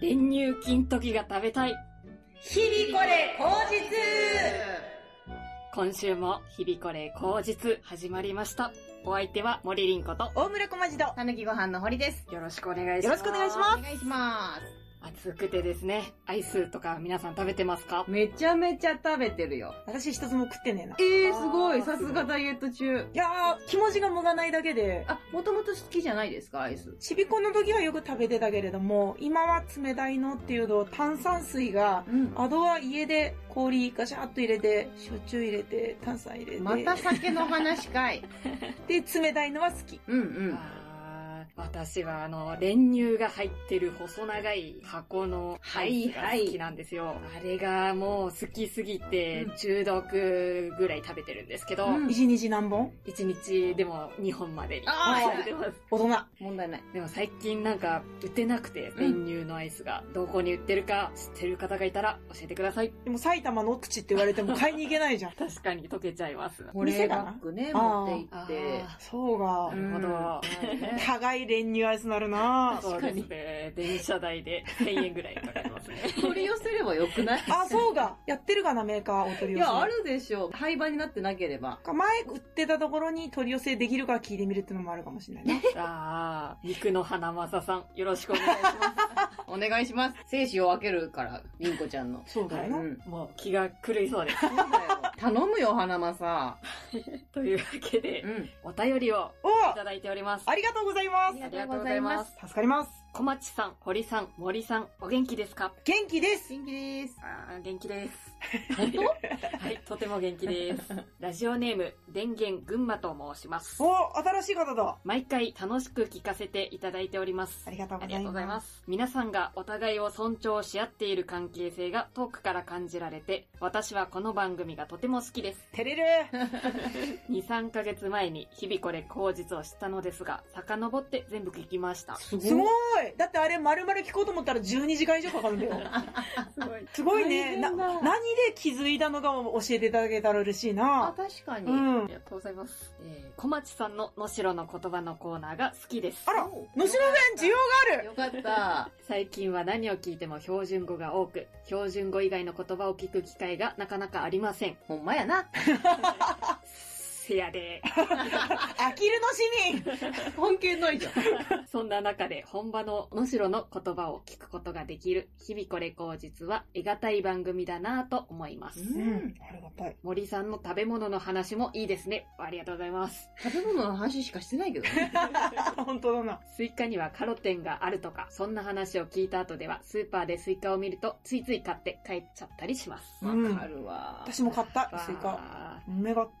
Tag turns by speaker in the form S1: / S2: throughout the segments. S1: 通勤時が食べたい。
S2: 日々これ口実
S1: 今週も日々これ口実始まりました。お相手は森凛子と
S2: 大村小町とたぬきご飯の堀です。
S1: よろしくお願いし
S2: よ
S1: ま
S2: ろ
S1: す。
S2: しくお願いし
S1: す。
S2: ます。お願いします。
S1: 暑くてですね、アイスとか皆さん食べてますか
S2: めちゃめちゃ食べてるよ。
S3: 私一つも食ってねえな。い
S2: え
S1: ーすごいさすが
S2: ダイエット中。
S3: やー、気持ちがもがないだけで、
S2: あ、もともと好きじゃないですか、アイス。
S3: ちびっこの時はよく食べてたけれども、今は冷たいのっていうと、炭酸水が、
S2: うん。
S3: あとは家で氷ガシャッと入れて、焼酎入れて、炭酸入れて、
S2: また酒の話かい。
S3: で、冷たいのは好き。
S2: うんうん。
S1: あー私はあの、練乳が入ってる細長い箱のアイスが好きなんですよ。あれがもう好きすぎて
S2: うん
S1: 中毒ぐらい食べてるんですけど、
S2: うん
S3: 一日何本
S1: 一日でも2本までに
S2: あー
S1: 食べてます。
S3: 大人。
S2: 問題ない。
S1: でも最近なんか売ってなくて、
S2: うん
S1: 練乳のアイスがどこに売ってるか知ってる方がいたら教えてください。。
S3: でも埼玉の奥地って言われても買いに行け ないじゃん
S1: 確かに溶けちゃいます。
S2: 保冷バッグね、持
S1: あ
S2: って行って。
S3: そう
S1: ー
S3: が
S1: な。るほど。
S2: うんね
S3: 高い練乳アイスなるな
S1: そうですね。電車代で1000円ぐらいかかりますね。
S2: 取り寄せればよくない
S3: あ、そうが。やってるかな、メーカー、お取り
S2: い
S3: 寄せ。
S2: や、あるでしょ。廃盤になってなければ。
S3: 前売ってたところに取り寄せできるから聞いてみるってのもあるかもしれないね。
S1: ああ、肉の花正さん、よろしくお願いしま
S2: お願いします。精子を分けるから、りんこちゃんの。
S3: そうだよな。
S2: ん。
S1: す。もう気が狂いそうです。
S2: そうだよ頼むよ、花間さ
S1: というわけで
S2: ん。、うん。
S1: お便りを
S3: お
S1: いただいております。
S3: ありがとうございます。
S1: ありがとうございます。
S3: 助かります。
S1: 小町さん、堀さん、森さん、お元気ですか
S3: 元気です。
S2: 元気です。
S1: あー元気です。
S2: 本当
S1: はい、とても元気です。ラジオネーム、電源群馬と申します。
S3: お新しい方だ。
S1: 毎回楽しく聞かせていただいております
S3: あ。りがとう
S1: あ
S3: ご
S1: り
S3: ざ
S1: が
S3: い
S1: とうございま
S3: ます。
S1: す。皆さんがお互いを尊重し合っている関係性が遠くから感じられて、私はこの番組がとても好きです。
S3: 照れる。
S1: 2、3ヶ月前に日々これ口実を知ったのですが、遡って全部聞きました。す
S3: すごい。だってあれ、丸々聞こうと思ったら12時間以上かかるんだよ。
S1: ごい。
S3: すごいね。な
S2: 大変だ
S3: 何で気づいたのかも教えていただけたら嬉しい
S2: あ、
S3: な。
S2: 確かに。
S3: う
S2: あ
S1: あ
S3: ん
S1: り。がとうございます。えー、小町さんの野城の言葉のコーナーが好きです。
S3: あら、野城弁需要がある。
S2: よかった。
S1: 最近は何を聞いても標準語が多く、標準語以外の言葉を聞く機会がなかなかありません。
S2: ほんまやな。
S1: せやで。
S3: あきるの市民。
S2: 本気ないじゃん。
S1: そんな中で本場の能代の言葉を聞くことができる、日々これ口実は、得難い番組だなぁと思います。
S2: う
S3: うんん。ありがたい。
S1: 森さんの食べ物の話もいいですね。ありがとうございます。
S2: 食べ物の話しかしてないけどね。
S3: 本当だな。
S1: スイカにはカロテンがあるとか、そんな話を聞いた後では、スーパーでスイカを見ると、ついつい買って帰っちゃったりします。
S3: う
S2: わ
S3: ん
S2: かるわ。
S3: 私も買った、スイカ。
S1: カ。
S3: うめかった。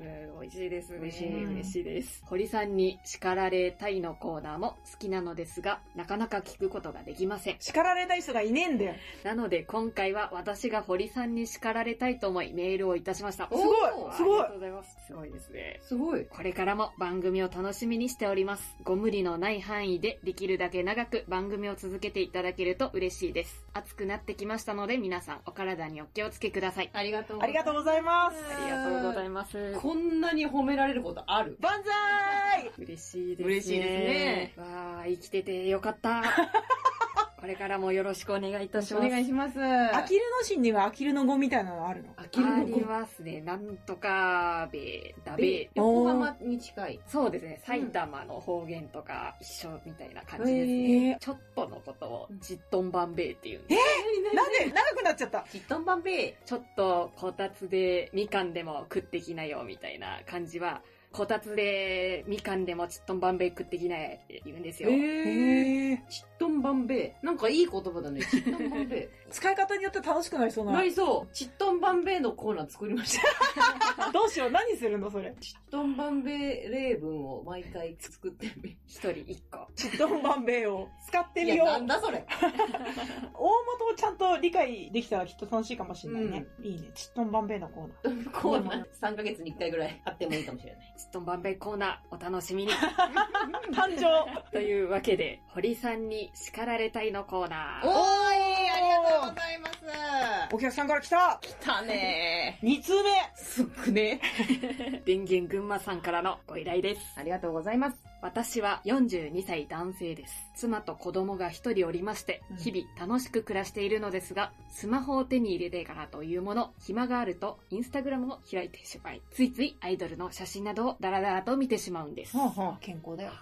S1: えー美味しいですね。
S2: 美味し
S3: い
S1: 嬉しいです。堀さんに叱られたいのコーナーも好きなのですが、なかなか聞くことができません。
S3: 叱られたい人がいねえんだよ。
S1: なので今回は私が堀さんに叱られたいと思いメールをいたしました。
S2: お
S3: す
S2: ー
S3: ごい
S2: おー
S3: す
S1: あり
S3: ご
S1: が
S3: い
S1: とうございます。すごいですね。
S2: すごい。
S1: これからも番組を楽しみにしております。ご無理のない範囲でできるだけ長く番組を続けていただけると嬉しいです。暑くなってきましたので皆さんお体にお気をつけください。
S2: ありがとう。
S3: ありがとうございます。
S1: ありがとうございます。
S2: こんなに褒められることある
S3: 万歳
S1: 嬉しいですね。
S2: 嬉しいです
S1: ね。わあ、生きててよか った。これからもよろしくお願いいたします。
S2: いします。
S3: アキルの神にはアキルの語みたいなのあるの
S2: あきる
S1: あ
S2: の
S1: りますね。なんとかべ、だべ。
S2: 横浜に近い。
S1: そうですね。埼玉の方言とか一緒みたいな感じです
S3: へ
S1: ね。
S3: え
S1: ちょっとのことをじっとんばんべいっていうんで
S3: なんで長くなっちゃった
S2: ちっとんばんべ
S1: ちょっとこたつでみかんでも食ってきなよみたいな感じは、こたつでみかんでもちっとんばんべい食ってきなよって言うんですよ。
S2: え
S3: へえ。
S2: ちっとんばんべなんかいい言葉だね。ちっとんばんべ
S3: 使い方によって楽しくなりそうな
S2: な。り そう。ちっとんばんべのコーナー作りました。
S3: どうしよう何するのそれ。
S2: ちっとんばんべ例文を毎回作ってみ。
S1: 一人一個。
S3: ちっとんばんべいを使ってみ
S2: い
S3: よ
S2: や、
S3: う。
S2: な
S3: 大
S2: ん
S3: 元
S2: だそ れ。
S3: をちゃんと理解できたらきっと楽しいかもしれないね。いいね。ちっとんばんべいのコーナー。
S2: コーナー3ヶ月に1回ぐらいあってもいいかもしれない。
S1: ちっとんばんべいコーナーお楽しみに。
S3: 誕生
S1: というわけで、堀さんに叱られたいのコーナ
S2: おーい
S1: ー。
S2: ありがとうございます
S3: お客さんから来た
S2: 来たね
S3: 二通目
S2: ー。すっくね。
S1: 電源群馬さんからのご依頼です。
S2: ありがとうございます。
S1: 私は42歳男性です。妻と子供が一人おりまして
S3: うん、
S1: 日々楽しく暮らしているのですが、スマホを手に入れてからというもの、暇があるとインスタグラムを開いてしまい、ついついアイドルの写真などをダラダラと見てしまうんです。
S3: はあはあ、健康だよ。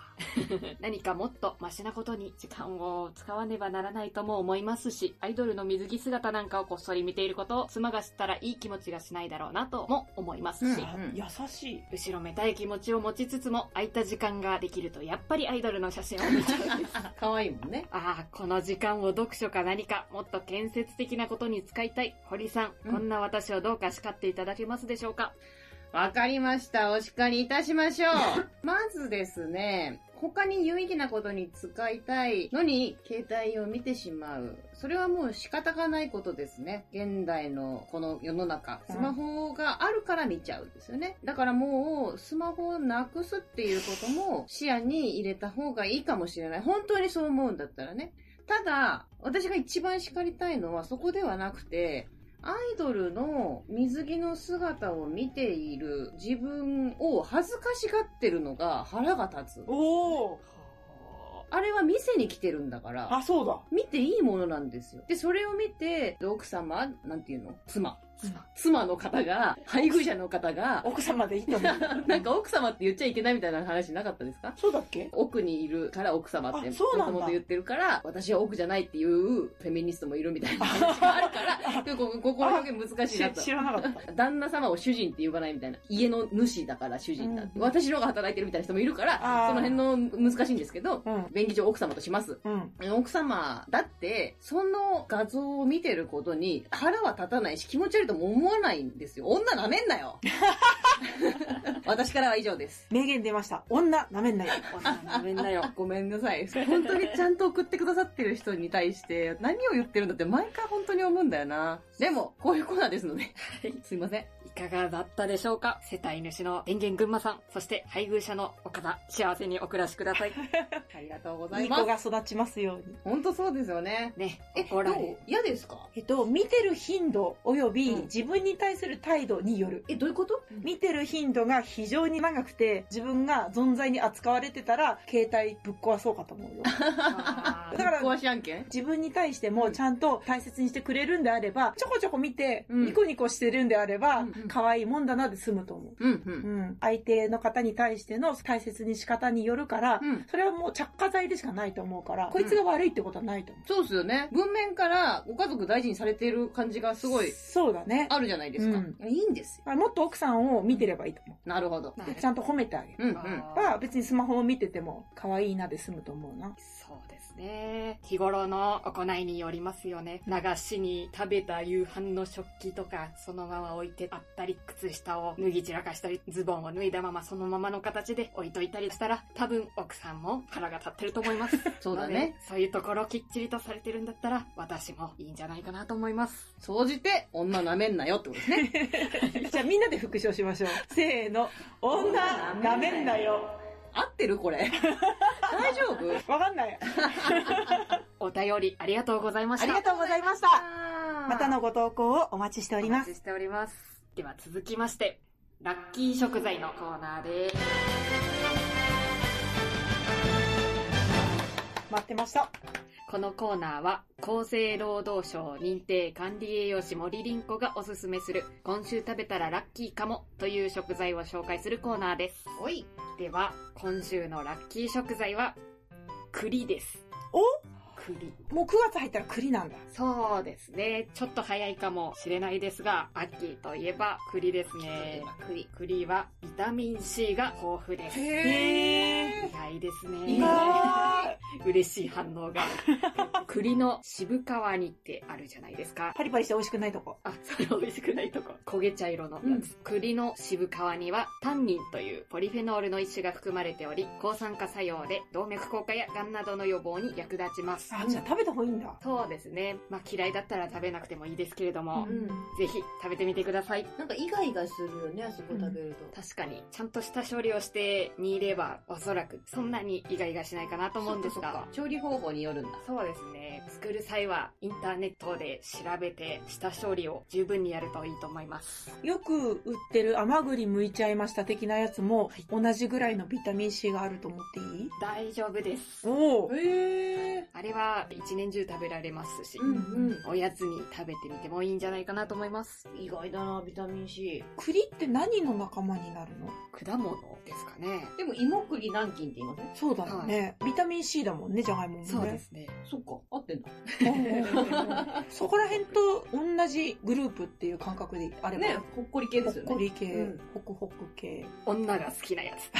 S1: 何かもっとマシなことに時間を使わねばならないとも思いますし、アイドルの水着姿なんかをこっそり見ていることを妻が知ったらいい気持ちがしないだろうなとも思いますし、
S3: あ優しい。
S1: 後ろめたい気持ちを持ちつつも空いた時間ができるとやっぱりアイドルの写真を見ちゃうん ですあ
S4: 可愛いもんね。
S1: あこの時間を読書か何かもっと建設的なことに使いたい堀さん、
S4: うん
S1: こんな私をどうか叱っていただけますでしょうか
S2: わかりました。お叱りいたしましょう。 まずですね、他に有意義なことに使いたいのに、携帯を見てしまう。それはもう仕方がないことですね。現代のこの世の中、スマホがあるから見ちゃうんですよね。だからもう、スマホをなくすっていうことも視野に入れた方がいいかもしれない。本当にそう思うんだったらね。ただ、私が一番叱りたいのはそこではなくて、アイドルの水着の姿を見ている自分を恥ずかしがってるのが腹が立つ。
S3: おお。
S2: あれは見せに来てるんだから、
S3: あ、そうだ。
S2: 見ていいものなんですよ。で、それを見て、奥様、なんていうの妻。
S3: 妻
S2: 妻の方が、配偶者の方が、
S3: 奥様でいいと思 う。
S2: なんか奥様って言っちゃいけないみたいな話なかったですか
S3: そうだっけ
S2: 奥にいるから奥様って
S3: あそうなん
S2: も
S3: だ
S2: ともと言ってるから私は奥じゃないっていうフェミニストもいるみた いな話があるから結構ここの表現難しいな
S3: し
S2: と
S3: 知らなかっ
S2: 旦那様を主人って呼ばないみたいな家の主だから主人だ、
S3: うん
S2: 私の方が働いてるみたいな人もいるから
S3: あー
S2: その辺の難しいんですけど
S3: た。 うん。
S2: 便宜上奥様とします
S3: うん。
S2: 奥様だってその画像を見てることに腹は立たないし気持ち悪いとも思わないんですよ女なめんな よ私からは以上です
S3: 名言出ました。女、舐めんなよ。
S1: ごめんなよ
S2: ごめんなさい。本当にちゃんと送ってくださってる人に対して、何を言ってるんだって毎回本当に思うんだよな。でも、こういうコーナーですので。すいません。
S1: いかがだったでしょうか世帯主の電源群馬さんそして配偶者の岡田幸せにお暮らしくだ さい
S2: ありがとうござ
S3: い
S2: い
S3: い
S2: ま
S3: 子
S2: す。
S3: が育ちますように。
S2: 本当そうですよね。
S1: ね
S2: え、ど
S1: 怒
S2: う
S1: られ
S2: 嫌ですか
S3: えっと、見てる頻度及び
S2: うん
S3: 自分に対する態度による。
S2: え、どういうこと
S3: 見てる頻度が非常に長くて、自分が存在に扱われてたら、携帯ぶっ壊そうかと思 うよ。
S1: あ
S3: だ
S1: ー
S3: から、
S2: 壊し案件
S3: 自分に対してもちゃんと大切にしてくれるんであれば、ちょこちょこ見て、
S2: うん
S3: ニコニコしてるんであれば
S2: うんうん、
S3: 可愛いもんだなで済むと思う。
S2: うん、う。
S3: うんん。相手の方に対しての大切に仕方によるから、
S2: うん。
S3: それはもう着火剤でしかないと思うから、こいつが悪いってことはないと思う。
S2: そうっすよね。文面からご家族大事にされてる感じがすごい
S3: そうだね。
S2: あるじゃないですか。
S3: う
S2: いいんですよ。
S3: まあもっと奥さんを見てればいいと思
S2: なるほど。
S1: な
S3: う。
S1: る
S3: でちゃんと褒めてあげる。
S2: うん、うん。
S3: は別にスマホを見てても可愛いなで済むと思うな。
S1: そうですね。日頃の行いによりますよね。流しに食べた夕飯の食器とか、そのまま置いてあったり、靴下を脱ぎ散らかしたり、ズボンを脱いだままそのままの形で置いといたりしたら、多分奥さんも腹が立ってると思います。
S2: そうだ
S1: なの
S2: ね
S1: で。。 そういうところをきっちりとされてるんだったら、私もいいんじゃないかなと思います。
S2: 総じて、女舐めんなよってことですね。
S3: じゃあみんなで復唱し ましょう。せーの。女、舐めんなよ。
S2: 合ってるこれ。大丈夫
S3: わかんない。
S1: お便りありがとうございました。
S3: ありがとうございました。またのご投稿をお待ちしておりま
S1: お
S3: す。
S1: 待ちしております。では続きまして、ラッキー食材のコーナーです。
S3: 待ってました。
S1: このコーナーは厚生労働省認定管理栄養士森凛子がおすすめする今週食べたらラッキーかもという食材を紹介するコーナーです
S2: おい。
S1: では今週のラッキー食材は栗です
S3: お
S1: 栗
S3: もう9月入ったら栗なんだ。
S1: そうですねちょっと早いかもしれないですが秋といえば栗ですね栗栗はビタミン C が豊富です
S3: へ
S1: 意
S3: え。
S1: 外ですね
S2: 意外
S1: 嬉しい反応が栗の渋皮煮ってあるじゃないですか
S3: パリパリして美味しくないとこ。
S1: あ、それ美味しくないとこ。焦げ茶色のやつ。
S2: うん
S1: 栗の渋皮にはタンニンというポリフェノールの一種が含まれており、抗酸化作用で動脈硬化や癌などの予防に役立ちます。 。
S3: あ、じゃあ食べた方がいいんだ。
S1: そうですね。まあ嫌いだったら食べなくてもいいですけれど
S4: ん
S1: も、ぜひ食べてみてください。
S4: なんかイガイガするよね、あそこ食べると。
S1: 確かに、ちゃんとした処理をしてにいれば、おそらくそんなにイガイガしないかなと思うんです
S2: そっかそ
S1: が
S2: っか。調理方法によるんだ。
S1: そうですね。作る際は、インターネットで調べて、下処理を十分にやるといいと思います。
S3: よく売ってる甘栗剥いちゃいました的なやつも、同じぐらいのビタミン C があると思っていい
S1: 大丈夫です。
S3: おお
S4: へえ。
S1: あれは、一年中食べられますし、
S4: うんうん。
S1: おやつに食べてみてもいいんじゃないかなと思います。
S4: 意外だな、ビタミン C。
S3: 栗って何の仲間になるの
S1: 果物ですかね。
S2: でも、芋栗南京って言いません
S3: そうだよね、ビタミン C だもんね、じゃがいももね。
S1: そうですね。
S2: そっか、合ってんだ。
S3: うんそこら辺と同じグループっていう感覚であれば。
S2: ね、ほっこり系
S3: ほ
S2: で
S3: っ
S2: すよ
S3: こ
S2: ね。
S3: り系、
S2: うん
S3: ホクホク系、
S1: 女が好きなやつ。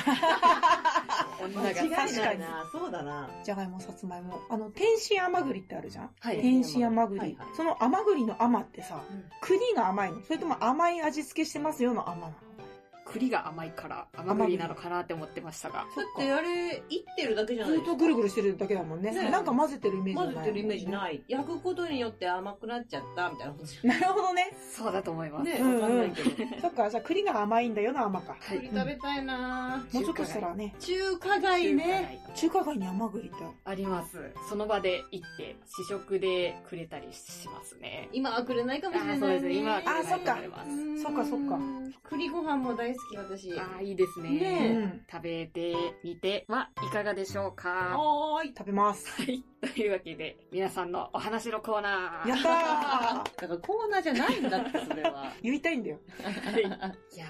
S1: 女が好
S3: 間違
S1: き
S3: いない
S1: な
S3: 確
S2: な。そうだな。
S3: じゃがいも、さつまいも。あの、天津甘栗ってあるじゃん
S1: はい。
S3: 天津甘栗、
S2: はいはい
S3: その甘栗の甘ってさ、
S2: うん
S3: 栗が甘いのそれとも甘い味付けしてますよの甘なの
S1: 栗が甘いから、甘栗なのかなって思ってましたが。
S2: だってあれ、いってるだけじゃな
S3: ず
S2: い
S3: っとぐるぐるしてるだけだもんね。
S2: ね
S3: なんか混ぜてるイメージない、
S2: 混ぜてるイメージ
S3: い。
S2: ない。焼くことによって甘くなっちゃった、みたいなことじ
S3: なるほどね。
S1: そうだと思い
S2: ゃ
S1: ま
S2: ん。
S1: す。
S2: ね、
S3: うんうん
S2: わかんないけど。
S3: そっか、じゃあ栗が甘いんだよの甘か。
S1: はい。
S2: 食べたいな
S3: もうちょっとしたらね、
S2: 中華街ね。
S3: 中華街に甘栗ってある。
S1: あります。その場で行って、試食でくれたりしますね。
S2: 今はくれないかもしれな
S1: あ
S2: い、
S1: ー
S2: ね。
S1: そうですね。今、
S3: あーそっか
S1: 食べます
S2: うん
S3: そっかそっか。
S2: 栗ご飯も大好き、私。
S1: あーいいですね。
S3: う
S2: ね
S3: ん。
S1: 食べてみてはいかがでしょうか
S2: はーい。
S3: 食べます。
S1: はい。というわけで、皆さんのお話のコーナー。
S3: やったー
S2: だからコーナーじゃないんだって、それは。
S3: 言いたいんだよ。
S1: いや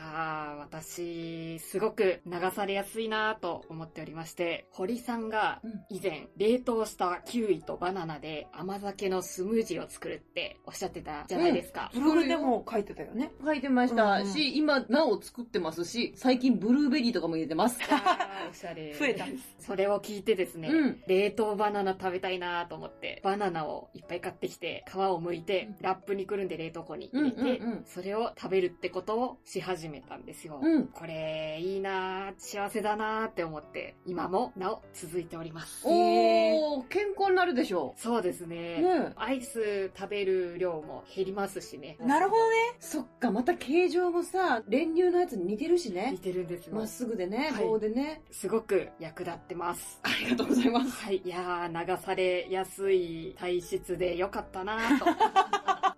S1: ー、私、すごく流されやすいなーと思っておりまして、堀さんが
S2: うん
S1: 以前、冷凍したキウイとバナナで甘酒のスムージーを作るっておっしゃってたじゃないですか。
S3: ブログでも書いてたよね。
S2: 書いてました、
S3: うんうん
S2: し、今なお作ってますし、最近ブルーベリーとかも入れて ます。
S1: あーおしゃ れ。
S3: 増えた。
S1: それを聞いてですね、
S2: うん
S1: 冷凍バナナ食べたいなと思って、バナナをいっぱい買ってきて、皮を剥いて、ラップにくるんで冷凍庫に入れて、
S2: うんうんうん
S1: それを食べるってことをし始めたんですよ。
S2: うん
S1: これ、いいなー幸せだなーって思って、今もなお続いております。
S3: へー
S2: おー、健康になるでしょ
S1: そうです
S2: う。
S1: ね。
S2: ね
S1: アイス食べる量も減りますしね。
S3: なるほどね。
S2: そっか、また形状もさ、練乳のやつに似てるし
S1: 似
S2: ね。
S1: てるんですよ
S2: まっ。すぐでね、
S1: はい
S2: 棒でね。
S1: すごく役立ってます。
S2: ありがとうございます。
S1: はい。いやー、流されやすい体質でよかったなーと。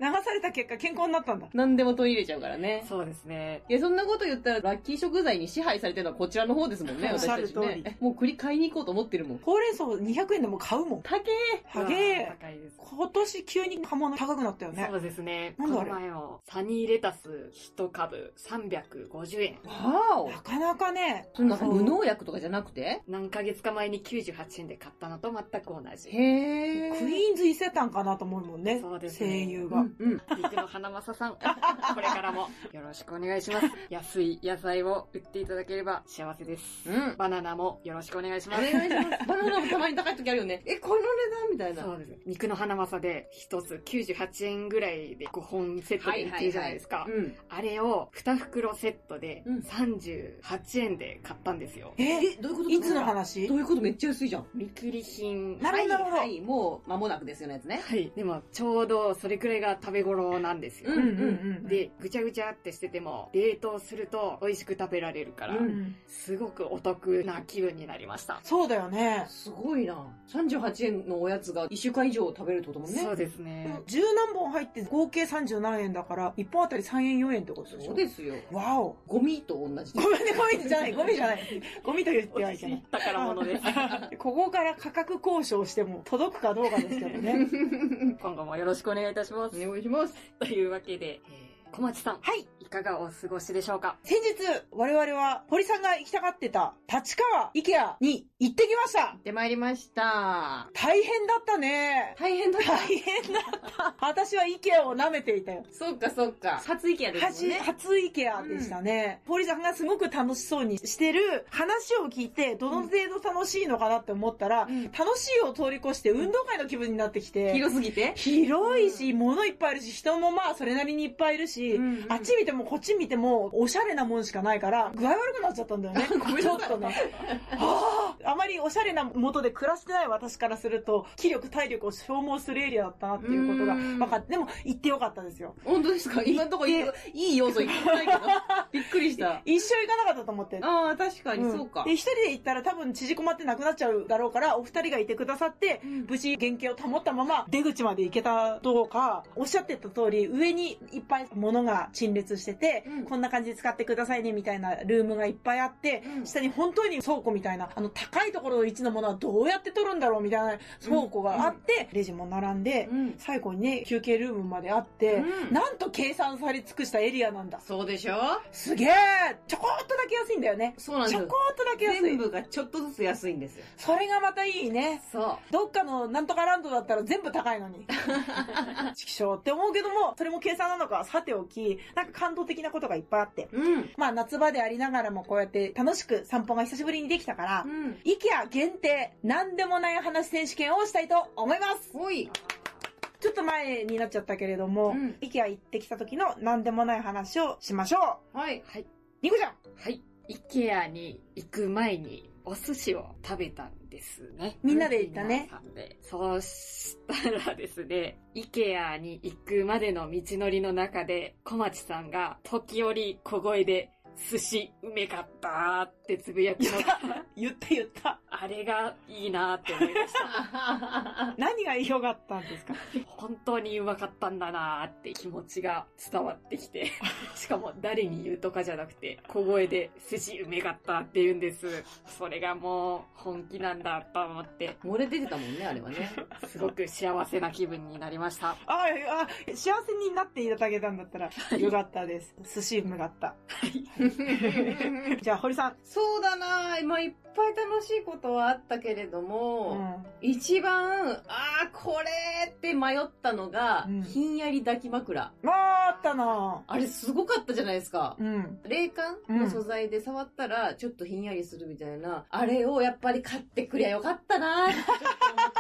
S3: 流された結果健康になったんだ。
S2: 何でも取り入れちゃうからね。
S1: そうですね。
S2: いや、そんなこと言ったら、ラッキー食材に支配されてるのはこちらの方ですもんね、
S3: おっ
S2: 私
S3: しゃ
S2: た
S3: る
S2: ちね。もう栗買いに行こうと思ってるもん。
S3: ほうれん草200円でも買うもん。
S2: 高え
S3: はげ
S1: うわ
S3: え
S1: ー。高いです。
S3: 今年急に葉物高くなったよね
S1: そ。うですね。こ
S3: なんだ
S1: の
S3: あれ
S1: 前も、サニーレタス1株350円。
S2: わお
S3: なかなかね、
S2: そんな無農薬とかじゃなくて
S1: 何ヶ月か前に98円で買ったのと全く同じ。
S2: へ
S3: クイーンズ伊勢丹かなと思うもんね。
S1: そうですね
S3: 声優
S2: う
S3: が。
S2: んうん。
S1: 肉の花正さん、 これからもよろしくお願いします。安い野菜を売っていただければ幸せです。
S2: うん。
S1: バナナもよろしくお願いし
S2: お
S1: ます。
S2: 願いします。バナナもたまに高い時あるよね。 え、この値段みたいな。
S1: そうですね。肉の花正で1つ98円ぐらいで5本セットで売ってるじゃないですか。
S2: うん。
S1: あれを2袋セットで
S2: うん
S1: 38円で買ったんですよ。
S3: え、
S2: え、どういうこと
S3: いつ
S2: ど
S3: の話
S2: ういうことめっちゃ安いじゃん。
S1: 見切り品
S3: なるほど、なるほど。
S2: はい、もう間もなくですよね、やつね。
S1: はい。でも、ちょうどそれくらいが食べ頃なんですよ。
S2: う
S3: うんんうんうん。、
S1: で、ぐちゃぐちゃってしてても、冷凍すると美味しく食べられるから、
S2: うん
S1: すごくお得な気分になりました。
S3: そうだよね。
S2: すごいな。38円のおやつが1週間以上食べるってことだもんね。
S1: そうですね。
S3: 十何本入って合計30何円だから、1本あたり3円4円ってことでし
S2: そ
S3: ょ
S2: うですよ。
S3: わお。
S2: ゴミと同じ。
S3: ごめんね、ゴミじ ゃない、ゴミじゃない。ゴミと言ってはいけない。
S1: 宝物 です。
S3: ここから価格交渉しても届くかどうかですけど ね。
S1: 今後もよろしくお願いいたします。
S2: お願いします。
S1: というわけで、えー小町さん、
S3: はい。
S1: いかがお過ごしでしょうか
S3: 先日、我々は堀さんが行きたがってた立川 IKEA に行ってきました。
S2: で、参りました。
S3: 大変だったね。
S2: 大変だった
S3: 大。変だった。私は IKEA を舐めていたよ。
S2: そうか、そうか。初意見です
S3: 初、
S2: もんね。
S3: 初 IKEA でしたね。堀さんがすごく楽しそうにしてる話を聞いて、どの程度楽しいのかなって思ったら、
S2: うん
S3: 楽しいを通り越して運動会の気分になってきて、
S2: 広すぎて。
S3: 広いし、物いっぱいあるし、人もまあそれなりにいっぱいいるし、
S2: うん
S3: あっち見てもこ っち見ても、おしゃれなもんしかないから、具合悪くなっちゃったんだよね。ちょっとね。ああまりおしゃれな元で暮らしてない私からすると、気力、体力を消耗するエリアだったなっていうことが
S2: うん
S3: 分かって、でも行ってよかったですよ。
S2: 本当ですか今のとこ
S3: 行
S2: ろ
S3: っ
S2: いい要素いっぱいないけど。びっくり した。
S3: 一生行かなかったと思って。
S2: ああ、確かに、
S3: ん
S2: そうか
S3: で、。一人で行ったら多分縮こまってなくなっちゃうだろうから、お二人がいてくださって、無事原型を保ったまま出口まで行けたとか、おっしゃってた通り、上にいっぱい物が陳列してて、
S2: うん
S3: こんな感じで使ってくださいねみたいなルームがいっぱいあって、
S2: うん
S3: 下に本当に倉庫みたいな、あの高いところの位置のものはどうやって取るんだろうみたいな倉庫があって、レジも並んで、
S2: うん。
S3: 最後にね、休憩ルームまであって、
S2: うん
S3: なんと計算され尽くしたエリアなんだ。
S2: そうでしょ
S3: すげえちょこっとだけ安いんだよね。
S2: そうなん
S3: ち
S2: で
S3: ょ
S2: す
S3: こ
S2: よ。
S3: っとだけ安
S2: 全
S3: い。
S2: 部がちょっとずつ安いんですよ。
S3: それがまたいいね。
S2: そ
S3: どっかのなんとかランドだったら全部高い のに。ちきしょうって思うけども、それも計算なのかはさておき、なんか感動的なことがいっぱいあって。
S2: う。うん。
S3: まあ夏場でありながらもこうやって楽しく散歩が久しぶりにできたから
S2: う、ん。
S3: IKEA 限定、なんでもない話選手権をしたいと思います
S2: ほい。
S3: ちょっと前になっちゃったけれども、
S2: うん
S3: IKEA 行ってきた時のなんでもない話をしましょ
S2: はい。
S1: はい。
S3: うニコちゃん
S1: はい。IKEA に行く前にお寿司を食べたんですね。
S3: みんなで行ったね
S1: 皆さんで。そうしたらですね、IKEA に行くまでの道のりの中で、小町さんが時折小声で、寿司うめかったーってつぶやきの、
S3: 言った言った。
S1: あれがいいなーって思いました。
S3: 何が良かったんですか
S1: 本当にうまかったんだなーって気持ちが伝わってきて、 しかも誰に言うとかじゃなくて、小声で寿司うめかったって言うんです。それがもう本気なんだと思って、
S4: 漏れ出てたもんね、あれ はね。
S1: すごく幸せな気分になりました。
S3: あいやあ、幸せになっていただけたんだったら、よかったです。寿司うま かった。じゃあ、堀さん。
S2: そうだなまあいっぱい楽しいことはあったけれど
S3: う
S2: も、
S3: ん
S2: 一番、ああ、これって迷ったのが、
S3: うん
S2: ひんやり抱き枕。
S3: まあ、あったな
S2: あれすごかったじゃないですか。
S3: うん。
S2: 冷感の素材で触ったら、ちょっとひんやりするみたいな、あれをやっぱり買ってくりゃよかったなーってちょっと思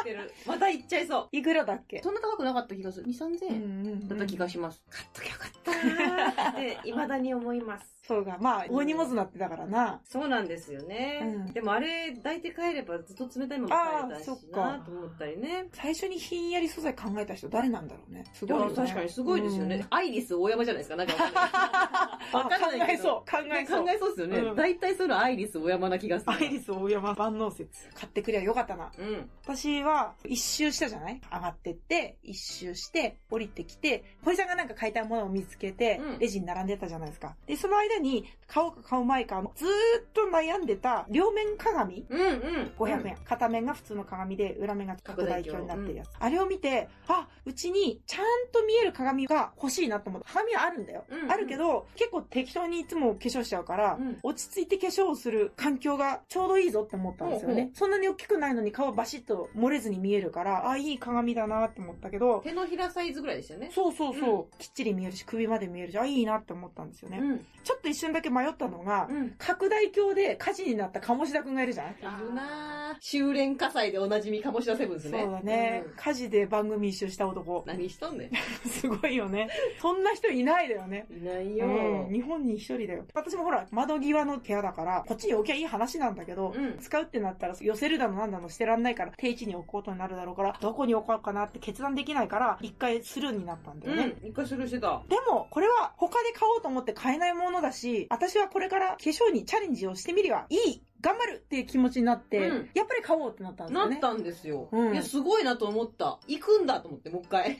S2: って る。また行っちゃいそう。
S3: いくらだっけ
S2: そんな高くなかった気がする。2、3000円だった気が
S3: し
S2: します。買っときゃよかったなー って、未だに思います。
S3: そうか。まあ、大荷物になってたからな。
S2: そうなんですよね。
S3: うん
S2: でもあれ、抱いて帰ればずっと冷たいまま帰れたし
S3: あーそっ
S2: な
S3: か
S2: と思ったりね。
S3: 最初にひんやり素材考えた人誰なんだろうね。す
S2: で
S3: ごいよ
S2: も
S3: ね。
S2: 確かにすごいですよね。
S3: うん。
S2: アイリス大山じゃないですか、なんか わかんない。わ
S3: あ
S2: かん
S3: 考
S2: ない
S3: え
S2: けど
S3: そう。考えそ
S2: 考
S3: う。
S2: えそうですよね。
S3: うん
S2: 大体そのアイリス大山な気がする。
S3: アイリス大山万能説。買ってくりゃよかったな。
S2: うん。
S3: 私は、一周したじゃない上がってって、一周して、降りてきて、堀さんがなんか買いたいものを見つけて
S2: うん、
S3: レジに並んでたじゃないですか。で、その間に、買おうか買うまいか、ずーっと悩んでた、両面鏡
S2: うんうん。
S3: 500円。片面が普通の鏡で、裏面が拡大鏡になってるやつ。あれを見て、あ、うちにちゃんと見える鏡が欲しいなと思って、鏡はあるんだよ。
S2: うんうん
S3: あるけど、結構適当にいつも化粧しちゃうから、
S2: うん
S3: 落ち着いて化粧をする環境がちょうどいいぞって思ったんですよね。
S2: ほうほ
S3: そんなに大きくないのに顔バシッと漏れずに見えるから、あ、いい鏡だなって思ったけど、
S2: 手のひらサイズぐらいでしたよね。
S3: そうそうそう、きっちり見えるし、首まで見えるし、あ、いいなって思ったんですよね。
S2: ん。
S3: ちょっと一瞬だけ迷ったのが、
S2: うん。
S3: 拡大鏡で火事になった鴨志田くんがいるじゃ
S2: い
S3: ん
S2: るなぁ。修練火災でおなじみ鴨志田セブンですね。
S3: そうだね、
S2: ん
S3: 火事で番組一周した男。
S2: 何しとんね
S3: すごいよね。そんな人いないだよね。
S2: ん。いないよ。
S3: うん、日本に一人だよ。私もほら、窓際の部屋だから、こっちに置きゃいい話なんだけど、
S2: うん
S3: 使うってなったら、寄せるだのなんだのしてらんないから、定位置に置くことになるだろうから、どこに置こうかなって決断できないから、一回スルーになったんだよね。
S2: うん。一回スルーしてた。
S3: でも、これは他で買おうと思って買えないものだし、私はこれから化粧にチャレンジをしてみりゃいい頑張るっていう気持ちになって、
S2: うん
S3: やっぱり買おうってなったんですよ
S2: な
S3: ね。
S2: ったんですよ。
S3: うん
S2: いや、すごいなと思った。行くんだと思って、もう一 回。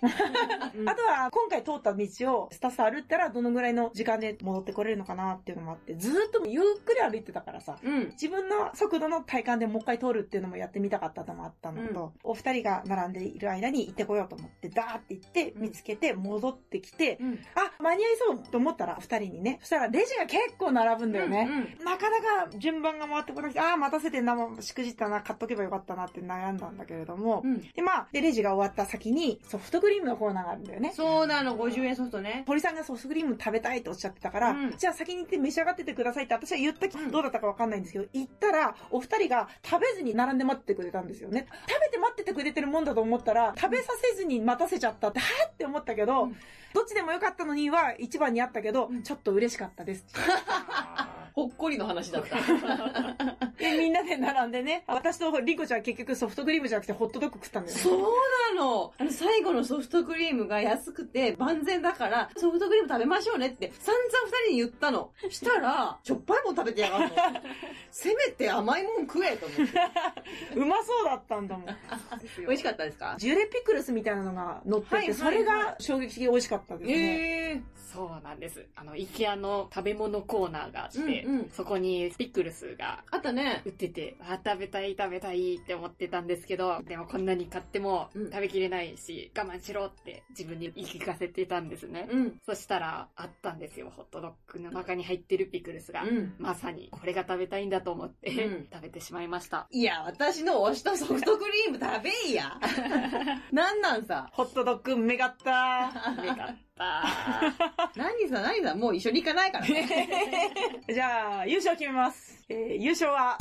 S2: うん
S3: あとは、今回通った道をスタッフ歩ったら、どのぐらいの時間で戻ってこれるのかなっていうのもあって、ずーっとゆっくり歩いてたからさ、
S2: うん。
S3: 自分の速度の体感でもう一回通るっていうのもやってみたかったのもあったのと、お二人が並んでいる間に行ってこようと思って、ダーって行って、
S2: うん
S3: 見つけて、戻ってきて、
S2: うん。
S3: あ、間に合いそうと思ったら、お二人にね、そしたらレジが結構並ぶんだよね。
S2: ね。
S3: なかなか順番が回ってこなくて、ああ、待たせてんな、もうしくじったな、買っとけばよかったなって悩んだんだけれども、
S2: うん。
S3: で、まあ、で、レジが終わった先に、ソフトクリームのコーナーがあるんだよね。
S2: そうなの、50円ソフトね。
S3: 堀さんがソフトクリーム食べたいとおっしゃってたから、
S2: うん
S3: じゃあ先に行って召し上がっててくださいって私は言ったき、
S2: うん
S3: どうだったかわかんないんですけど、行ったら、お二人が食べずに並んで待ってくれたんですよね。食べて待っててくれてるもんだと思ったら、食べさせずに待たせちゃったって、はぁって思ったけど、
S2: うん
S3: どっちでもよかったのには一番にあったけど、
S2: うん
S3: ちょっと嬉しかったです。
S2: ほっこりの話だった。
S3: いやみんなで並んでね、あ私とリンコちゃんは結局ソフトクリームじゃなくてホットドッグ食ったん だよね。
S2: そうなのあの、最後のソフトクリームが安くて万全だから、ソフトクリーム食べましょうねって、散々二人に言ったの。したら、しょっぱいもん食べてやが るの。せめて甘いもん食えと思って。
S3: うまそうだったんだもん。
S2: 美味しかったですか
S3: ジュレピクルスみたいなのが乗ってて、
S2: はいはいはい
S3: それが衝撃的に美味しかったですね。
S2: え
S1: そうなんです。あの、イケアの食べ物コーナーがあって、
S2: うんうん
S1: そこにピクルスが
S2: あったね。
S1: 売ってて、あ、食べたい食べたいって思ってたんですけど、でもこんなに買っても
S2: うん
S1: 食べきれないし、我慢しろって自分に言い聞かせてたんですね。
S2: うん。
S1: そしたら、あったんですよ、ホットドッグの中に入ってるピクルスが。
S2: うん。
S1: まさに、これが食べたいんだと思って、
S2: うん
S1: 食べてしまいました。
S2: いや、私の推したソフトクリーム食べい や。なんなんさ。
S3: ホットドッグめがった。
S1: 食べか った。
S2: 何さ、何さ、もう一緒に行かないからね。
S3: じゃあ、優勝決めます。えー優勝は、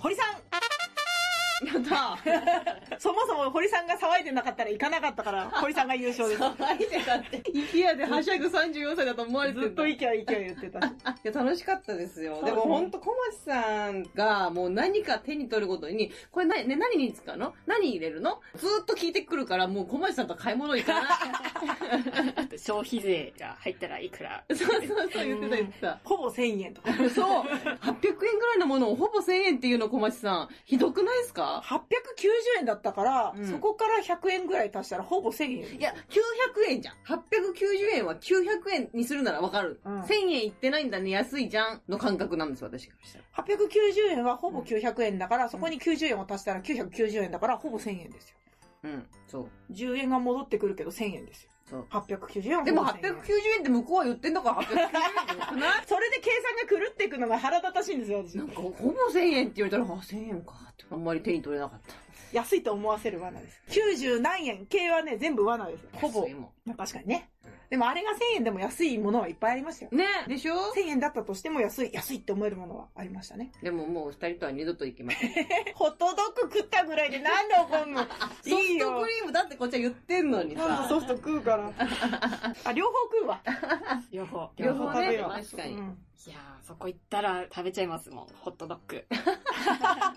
S3: 堀さん
S2: やった。
S3: そもそも堀さんが騒いでなかったら行かなかったから、堀さんが優 勝です。
S2: 騒いでたって。イケアではしゃぐ34歳だと思われて
S3: ず
S2: る
S3: っと
S2: い
S3: 勢い勢い言ってたし。
S2: や、楽しかったですよ。
S3: そう
S2: で
S3: ですね
S2: も本当小町さんがもう何か手に取るごとに、これ何、ね、何に使うの何入れるのずっと聞いてくるから、もう小町さんと買い物行 かない。
S1: 消費税が入ったらいくら
S2: そうそうそう、言ってた言ってた。
S3: ほぼ1000円とか。
S2: そう !800 円ぐらいのものをほぼ1000円っていうの小町さん。ひどくないですか
S3: 890円だったから、
S2: うん
S3: そこから100円ぐらい足したらほぼ1000円。
S2: いや、900円じゃん。890円は900円にするならわかる。
S3: うん
S2: 1000円いってないんだね、安いじゃん。の感覚なんです、私からしたら。
S3: 890円はほぼ900円だから、そこに90円を足したら990円だから、ほぼ1000円ですよ。
S2: うん、そう。
S3: 10円が戻ってくるけど1000円ですよ。
S2: そう。
S3: 890円はほぼ1000円。
S2: でも890円って向こうは言ってんだから890円ってな
S3: それで計算が狂っていくのが腹立たしいんですよ、私
S2: なんか、ほぼ1000円って言われたら、あ、1000円かって。あんまり手に取れなかった。
S3: 安いと思わせる罠です。90何円系はね、全部罠です。ほぼ
S2: 安い。も
S3: まあ確かにね。でもあれが1000円でも安いものはいっぱいありましたよ。
S2: んねでしょ
S3: 1000円だったとしても安い、安いって思えるものはありましたね。
S2: でももう二人とは二度と行きま せん。
S3: ホットドッグ食ったぐらいでなんで怒んの
S2: ソフ
S3: いい
S2: ト
S3: よ
S2: クリ。ームだってこっちは言ってんのに
S3: なんだ
S2: さ。
S3: ソフト食うから。あ、両方食うわ。
S1: 両方。
S2: 両方
S3: ね
S1: 食べよう
S2: 確かに
S3: うん
S1: いやー、そこ行ったら食べちゃいますもん、ホットドッグ。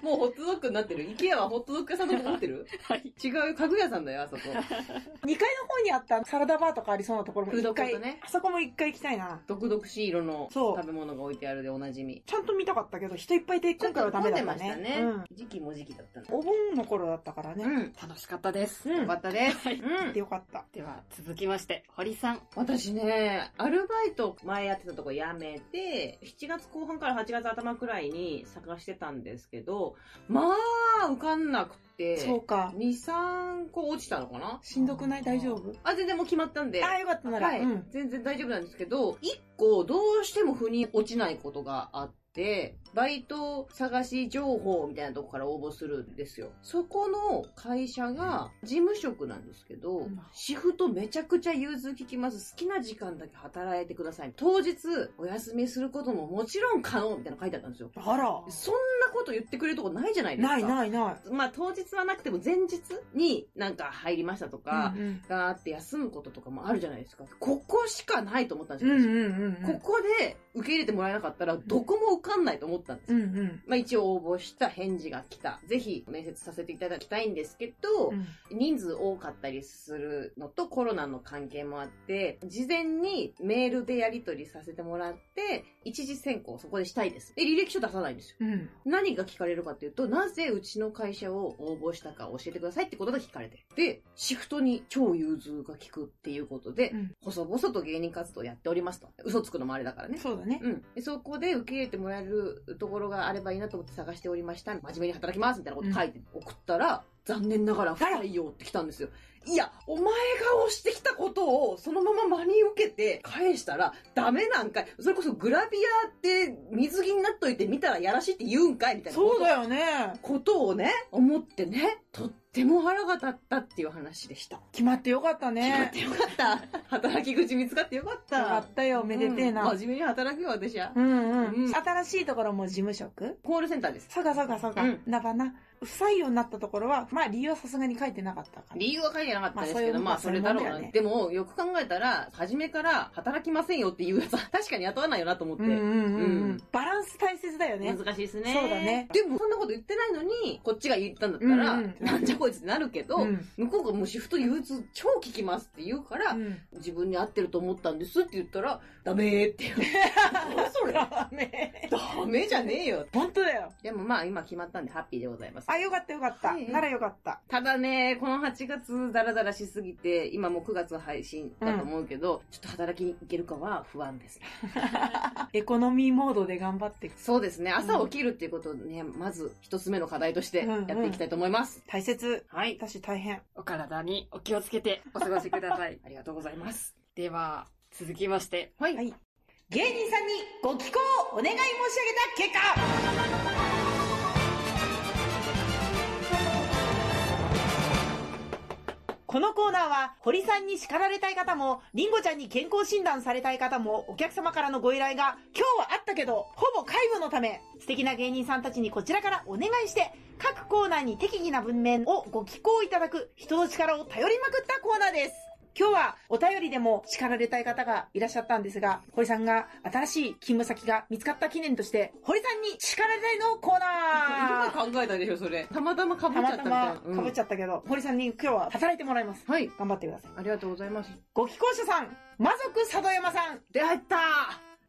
S2: もうホットドッグになってる。イケアはホットドッグ屋さんだと思って る
S1: はい。
S2: 違うよ、家具屋さんだよ、あそこ。
S3: 2階の方にあったサラダバーとかありそうなところも
S2: フード
S3: 一
S2: コー
S3: 回、
S2: トね
S3: あそこも一回行きたいな。
S2: 毒々しい色の
S3: そう
S2: 食べ物が置いてあるでおなじみ。
S3: ちゃんと見たかったけど、人いっぱいで今回はダメだった
S2: ちょっと混んでま
S3: ね。
S2: した
S3: う
S2: ね
S3: ん。
S2: 時期も時期だったの。
S3: お盆の頃だったからね。
S2: うん。
S1: 楽しかったです。
S3: うん
S2: よかったです。
S1: は
S2: う
S1: い
S2: ん
S3: で。よかった。
S1: では、続きまして、堀さん。
S2: 私ね、アルバイト前やってたとこ辞めて、7月後半から8月頭くらいに探してたんですけど、まあ、受かんなくて、
S3: そうか。
S2: 2、3個落ちたのかな
S3: しんどくない大丈夫
S2: あ、全然もう決まったんで。
S3: あ、よかったなら。
S2: はい、
S3: うん。
S2: 全然大丈夫なんですけど、一個どうしても腑に落ちないことがあって、バイト探し情報みたいなとこから応募するんですよ。そこの会社が事務職なんですけど
S3: ん、
S2: シフトめちゃくちゃ融通聞きます。好きな時間だけ働いてください。当日お休みすることももちろん可能みたいなの書いてあったんですよ。
S3: あら。
S2: そんなこと言ってくれるとこないじゃないですか。
S3: ないないない。
S2: まあ当日はなくても前日になんか入りましたとか、
S3: うんうん
S2: があって休むこととかもあるじゃないですか。ここしかないと思ったんです
S3: う
S2: よ。
S3: ん
S2: 私
S3: うんう
S2: こ
S3: ん。
S2: こで受け入れてもらえなかったら、どこも受かんないと思ったんです
S3: う
S2: よ。
S3: んうん。
S2: まあ一応応募した返事が来た。ぜひ面接させていただきたいんですけど、
S3: うん
S2: 人数多かったりするのとコロナの関係もあって、事前にメールでやり取りさせてもらって、一時選考をそこでしたいです。で、履歴書出さないんですよ。
S3: うん。
S2: 何が聞かれるかっていうと、なぜうちの会社を応募したか教えてくださいってことが聞かれて。で、シフトに超融通が効くっていうことで、
S3: うん
S2: 細々と芸人活動やっておりますと。嘘つくのもあれだからね。
S3: そうだね。
S2: うん。でそこで受け入れてもらえるところがあればいいなと思って探しておりました。真面目に働きますみたいなこと書いて送ったら、残念ながら不採用って来たんですよ。いや、お前が押してきたことをそのまま真に受けて返したらダメなんかい。それこそグラビアって水着になっといて見たらやらしいって言うんかいみたいなこと
S3: そうだよね。
S2: ことをね、思ってね、とっても腹が立ったっていう話でした。
S3: 決まってよかったね。
S2: よかった。働き口見つかってよかった。
S3: よかったよ、めでてえ
S2: うん
S3: な。
S2: 真面目に働くよ、私は。
S3: うんう。
S2: うんん
S3: 新しいところも事務職
S2: コールセンターです。
S3: そうかそうかそうか
S2: うん。
S3: なばな。不採用になったところは、まあ理由はさすがに書いてなかったから。
S2: 理由は書いてなかったですけど、ま
S3: ま
S2: あ
S3: あ
S2: そ
S3: そ
S2: れ
S3: れ
S2: だろう
S3: そういうも
S2: な。
S3: んだよね
S2: でも、よく考えたら、初めから働きませんよっていうやつは確かに雇わないよなと思って。
S3: うんうんうんう
S2: うん
S3: ん。バランス大切だよね。
S2: 難しいですね。
S3: そうだ。ね。
S4: でも、そんなこと言ってないのに、こっちが言ったんだったら、
S3: うんうん
S4: なんじゃこいつってなるけど、
S3: うん
S4: 向こうがもうシフト憂鬱超効きますって言うから、
S3: うん
S4: 自分に合ってると思ったんですって言ったら、ダメーって言う。それ
S3: ダメ
S4: ダメじゃねえよ。
S3: 本当だよ。
S2: でもまあ今決まったんでハッピーでございます。
S3: あ、よかったよかった。
S2: はい
S3: ならよかった。
S2: ただね、この8月ダラダラしすぎて、今もう9月配信だと思うけど、ちょっと働きに行けるかは不安ですね。
S3: エコノミーモードで頑張って。
S2: そうですね。朝起きるっていうことをね、まず一つ目の課題としてやっていきたいと思います。
S3: 大切。
S1: はい。
S3: 私大変。
S1: お体にお気をつけてお過ごしください
S2: 。ありがとうございます。
S1: では、続きまして、
S2: はい。
S3: はい芸人さんにご寄稿をお願い申し上げた結果このコーナーは、堀さんに叱られたい方も、りんごちゃんに健康診断されたい方も、お客様からのご依頼が、今日はあったけど、ほぼ皆無のため、素敵な芸人さんたちにこちらからお願いして、各コーナーに適宜な文面をご寄稿いただく、人の力を頼りまくったコーナーです。今日はお便りでも叱られたい方がいらっしゃったんですが、堀さんが新しい勤務先が見つかった記念として、堀さんに叱られたいのコーナー
S4: 今考えたでしょ、それ。
S2: たまたま被っちゃ
S3: た
S2: ったみた
S3: また
S2: いな。
S3: まかぶっち
S2: ゃ
S3: ゃったけど、堀さんに今日は働いてもらいます。
S2: はい。
S3: 頑張ってください。
S2: ありがとうございます。
S3: ご寄稿者さん、魔族佐渡山さん、
S4: 出会った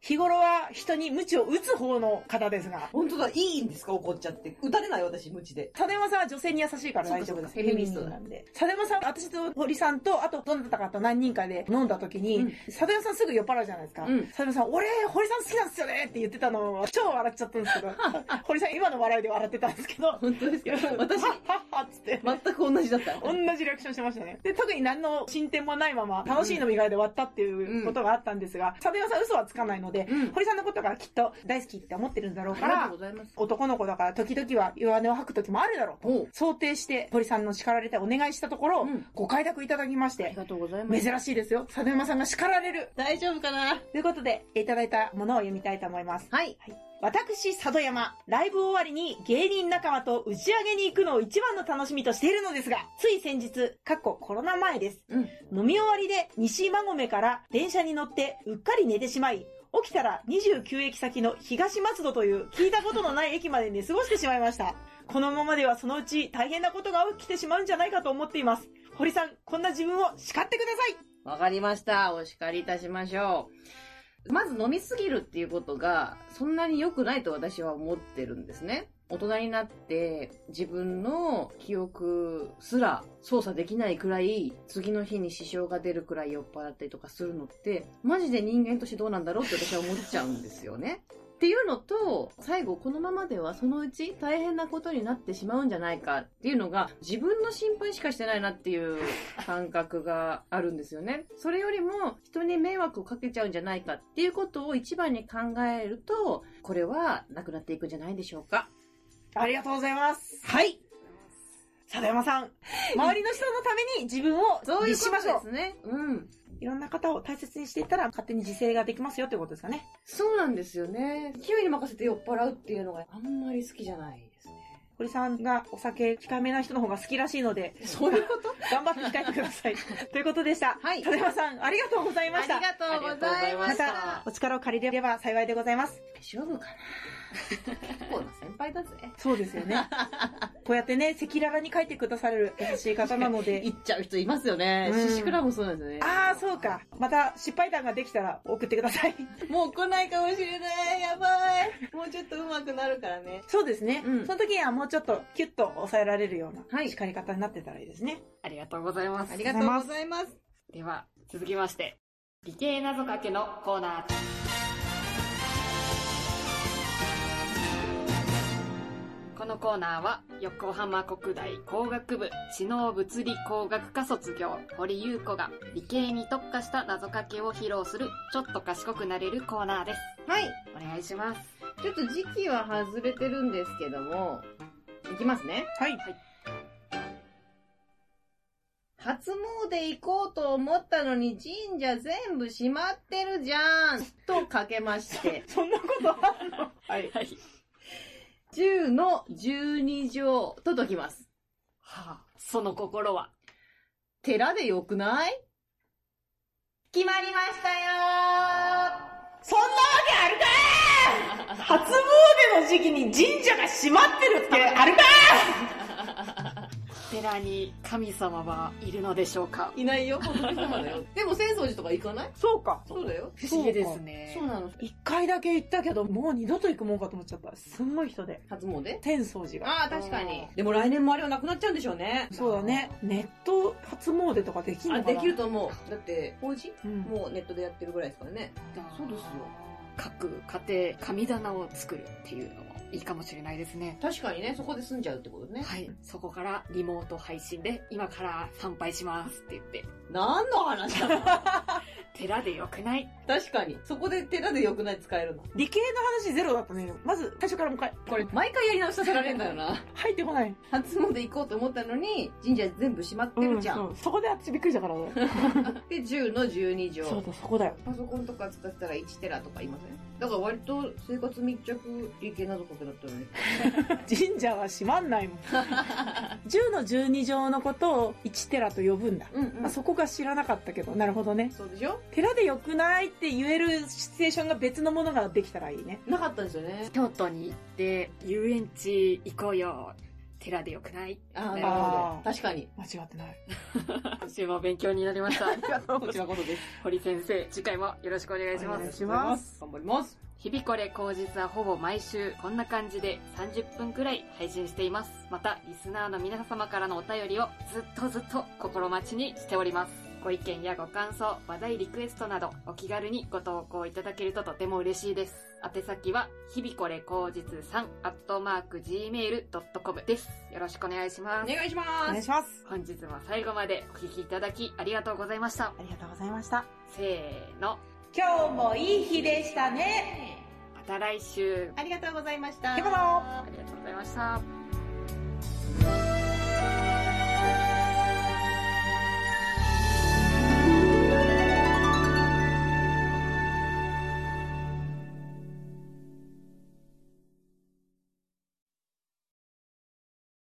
S3: 日頃は人に鞭を打つ方の方ですが、
S4: 本当だ、いいんですか怒っちゃって。打たれない私、無知で。
S3: 佐出山さんは女性に優しいから大丈
S2: そうかそ
S3: 夫です。
S2: うかフェミニストだ
S3: なんで。佐出山さん、私と堀さんと、あと、どなたかと何人かで飲んだ時に、
S2: うん
S3: 佐出山さんすぐ酔っ払うじゃないですか。
S2: うん
S3: 佐出山さん、俺、堀さん好きなんですよねって言ってたのを、超笑っちゃったんですけど、 堀さん今の笑いで笑ってたんですけど、
S4: 本当ですか私、
S3: はっはっはっつって。
S4: 全く同じだ った。
S3: 同じリアクションしてましたね。で、特に何の進展もないまま、楽しい飲み会で終わったっていうことがあったんですが、佐出山さん嘘はつかないので、
S2: うん
S3: 堀さんのことがきっと大好きって思ってるんだろうか
S2: ありがと
S3: ら
S2: うご、ざいます。
S3: 男の子だから時々は弱音を吐く時もあるだろう
S2: おう
S3: と想定して堀さんの叱られてお願いしたところ、
S2: うん
S3: ご快諾いただきまし
S2: あり
S3: て
S2: がとうございます。
S3: 珍しいですよ佐野山さんが叱られる
S2: 大丈夫かな
S3: ということでいただいたものを読みたいと思います
S2: はい。
S3: 私、佐渡山、ライブ終わりに芸人仲間と打ち上げに行くのを一番の楽しみとしているのですが、つい先日、かっこコロナ前です。
S2: うん
S3: 飲み終わりで西馬込から電車に乗ってうっかり寝てしまい、起きたら29駅先の東松戸という聞いたことのない駅まで寝過ごしてしまいました。このままではそのうち大変なことが起きてしまうんじゃないかと思っています。堀さん、こんな自分を叱ってください
S2: わかりました。お叱りいたしましょう。まず飲みすぎるっていうことが、そんなに良くないと私は思ってるんですね。大人になって自分の記憶すら操作できないくらい次の日に支障が出るくらい酔っ払ったりとかするのってマジで人間としてどうなんだろうって私は思っちゃうんですよね。っていうのと、最後このままではそのうち大変なことになってしまうんじゃないかっていうのが自分の心配しかしてないなっていう感覚があるんですよね。それよりも人に迷惑をかけちゃうんじゃないかっていうことを一番に考えると、これはなくなっていくんじゃないでしょうか。
S3: ありがとうございます。
S2: はい
S3: 佐渡山さん、周りの人のために自分を
S2: そういうこ
S3: 律しましょう
S2: と。ですね。うん。
S3: いろんな方を大切にしていったら勝手に自制ができますよってことですかね。
S2: そうなんですよね。勢いに任せて酔っ払うっていうのがあんまり好きじゃないですね。
S3: 堀さんがお酒控えめな人の方が好きらしいので、
S2: そういうこと
S3: 頑張って控えてくださ い。ということでした。
S2: はい
S3: 立山さん、ありがとうござい
S2: あ
S3: ま
S2: り
S3: した。
S2: がとうございま
S3: ま
S2: した。
S3: た、 お力を借りれれば幸いでございます。
S2: 大丈夫かな結構な先輩だぜ。
S3: そうですよね。 こうやってね、赤裸々に書いてくださる優しい方なので
S2: 行、っちゃう人いますよね。
S3: うん
S2: シシクラもそうなんですよね。
S3: ああ、そうか。また失敗談ができたら送ってください。
S2: もう来ないかもしれない。やばい。もうちょっと上手くなるからね。
S3: そうですね。
S2: うん
S3: その時にはもうちょっとキュッと抑えられるよう
S2: は
S3: ない叱り方になってたらいいですね。
S1: ありがとうございます。
S2: ありがとうございます。
S1: では、続きまして、理系謎かけのコーナー。このコーナーは、横浜国大工学部、知能物理工学科卒業、堀優子が理系に特化した謎かけを披露する、ちょっと賢くなれるコーナーです。
S2: はい。
S1: お願いします。
S2: ちょっと時期は外れてるんですけども、いきますね。
S3: はい。
S2: 初詣行こうと思ったのに神社全部閉まってるじゃんとかけま して、
S3: そんなことあるの
S1: はい。は
S2: 10の12乗と解きます。
S1: あ、その心は、
S2: 寺でよくない決まりましたよ
S3: そんなわけあるかー初詣の時期に神社が閉まってるってあるか
S1: 寺に神様はいるのでしょうか
S2: い ないよ、本当に様だよ。でも、浅草寺とか行かない
S3: そうか。
S2: そうだよ。
S1: 不思議ですね
S2: そうなの。
S3: 一回だけ行ったけど、もう二度と行くもんかと思っちゃった。すんごい人で。
S2: 初詣
S3: 天掃寺が。
S2: ああ、確かに。でも来年もあれはなくなっちゃうんでしょうね。
S3: そうだね。ネット初詣とかできる
S2: あ、
S3: のかな
S2: できると思う。だって、法事
S3: うん。
S2: もうネットでやってるぐらいですからね。そうですよ
S1: 各家庭神棚を作るっていうのもいいかもしれないですね
S2: 確かにね、そこで住んじゃうってことね。
S1: はいそこからリモート配信で今から参拝しますって言って
S2: 何の話 だの
S1: 寺でよくない
S2: 確かに。そこで寺でよくない使えるの。
S3: 理系の話ゼロだったね。まず、最初からもう一回。
S2: これ、毎回やり直しさせられるんだよな。
S3: 入ってこない。
S2: 初詣行こうと思ったのに、神社全部閉まってるじゃん。
S3: うそこで私びっくりしたからね。
S2: で、10の12条。
S3: そうだ、そこだよ。
S2: パソコンとか使ってたら1テラとか言いませんだから割と生活密着理系謎かけだったのに。
S3: 神社は閉まん ないもん。10の12条のことを1テラと呼ぶんだ。
S2: うんう
S3: まあ、そこが知らなかったけど、なるほどね。
S2: そうでしょ
S3: 寺でよくないって言えるシチュエーションが別のものができたらいいね。
S2: なかったんですよね。
S1: 京都に行って遊園地行こうよ寺でよく ない
S2: ああ、
S1: な
S2: な
S1: る
S2: る
S1: ほど
S2: ほ
S3: あー
S2: ど。確かに。
S3: 間違ってない。
S1: 今週も勉強になりました
S2: こちらこそです。
S1: 堀先生次回もよろしくお願いしま
S3: お願い
S1: す
S3: します。
S2: 頑張ります。
S1: 日々これ口実はほぼ毎週こんな感じで30分くらい配信しています。また、リスナーの皆様からのお便りをずっとずっと心待ちにしております。ご意見やご感想、話題リクエストなどお気軽にご投稿いただけるととても嬉しいです。宛先は、日々これ口実3、アットマーク gmail.com です。よろしくお願いしま
S2: お
S1: す。
S2: 願いしま
S3: お願い
S2: す。
S3: します。
S1: 本日も最後までお聞きいただきありがとうございました。
S3: ありがとうございました。
S1: せーの、
S3: 今日もいい日でしたね。
S1: また来週。
S2: ありがとうございました。
S3: よかった
S1: ありがとうございました。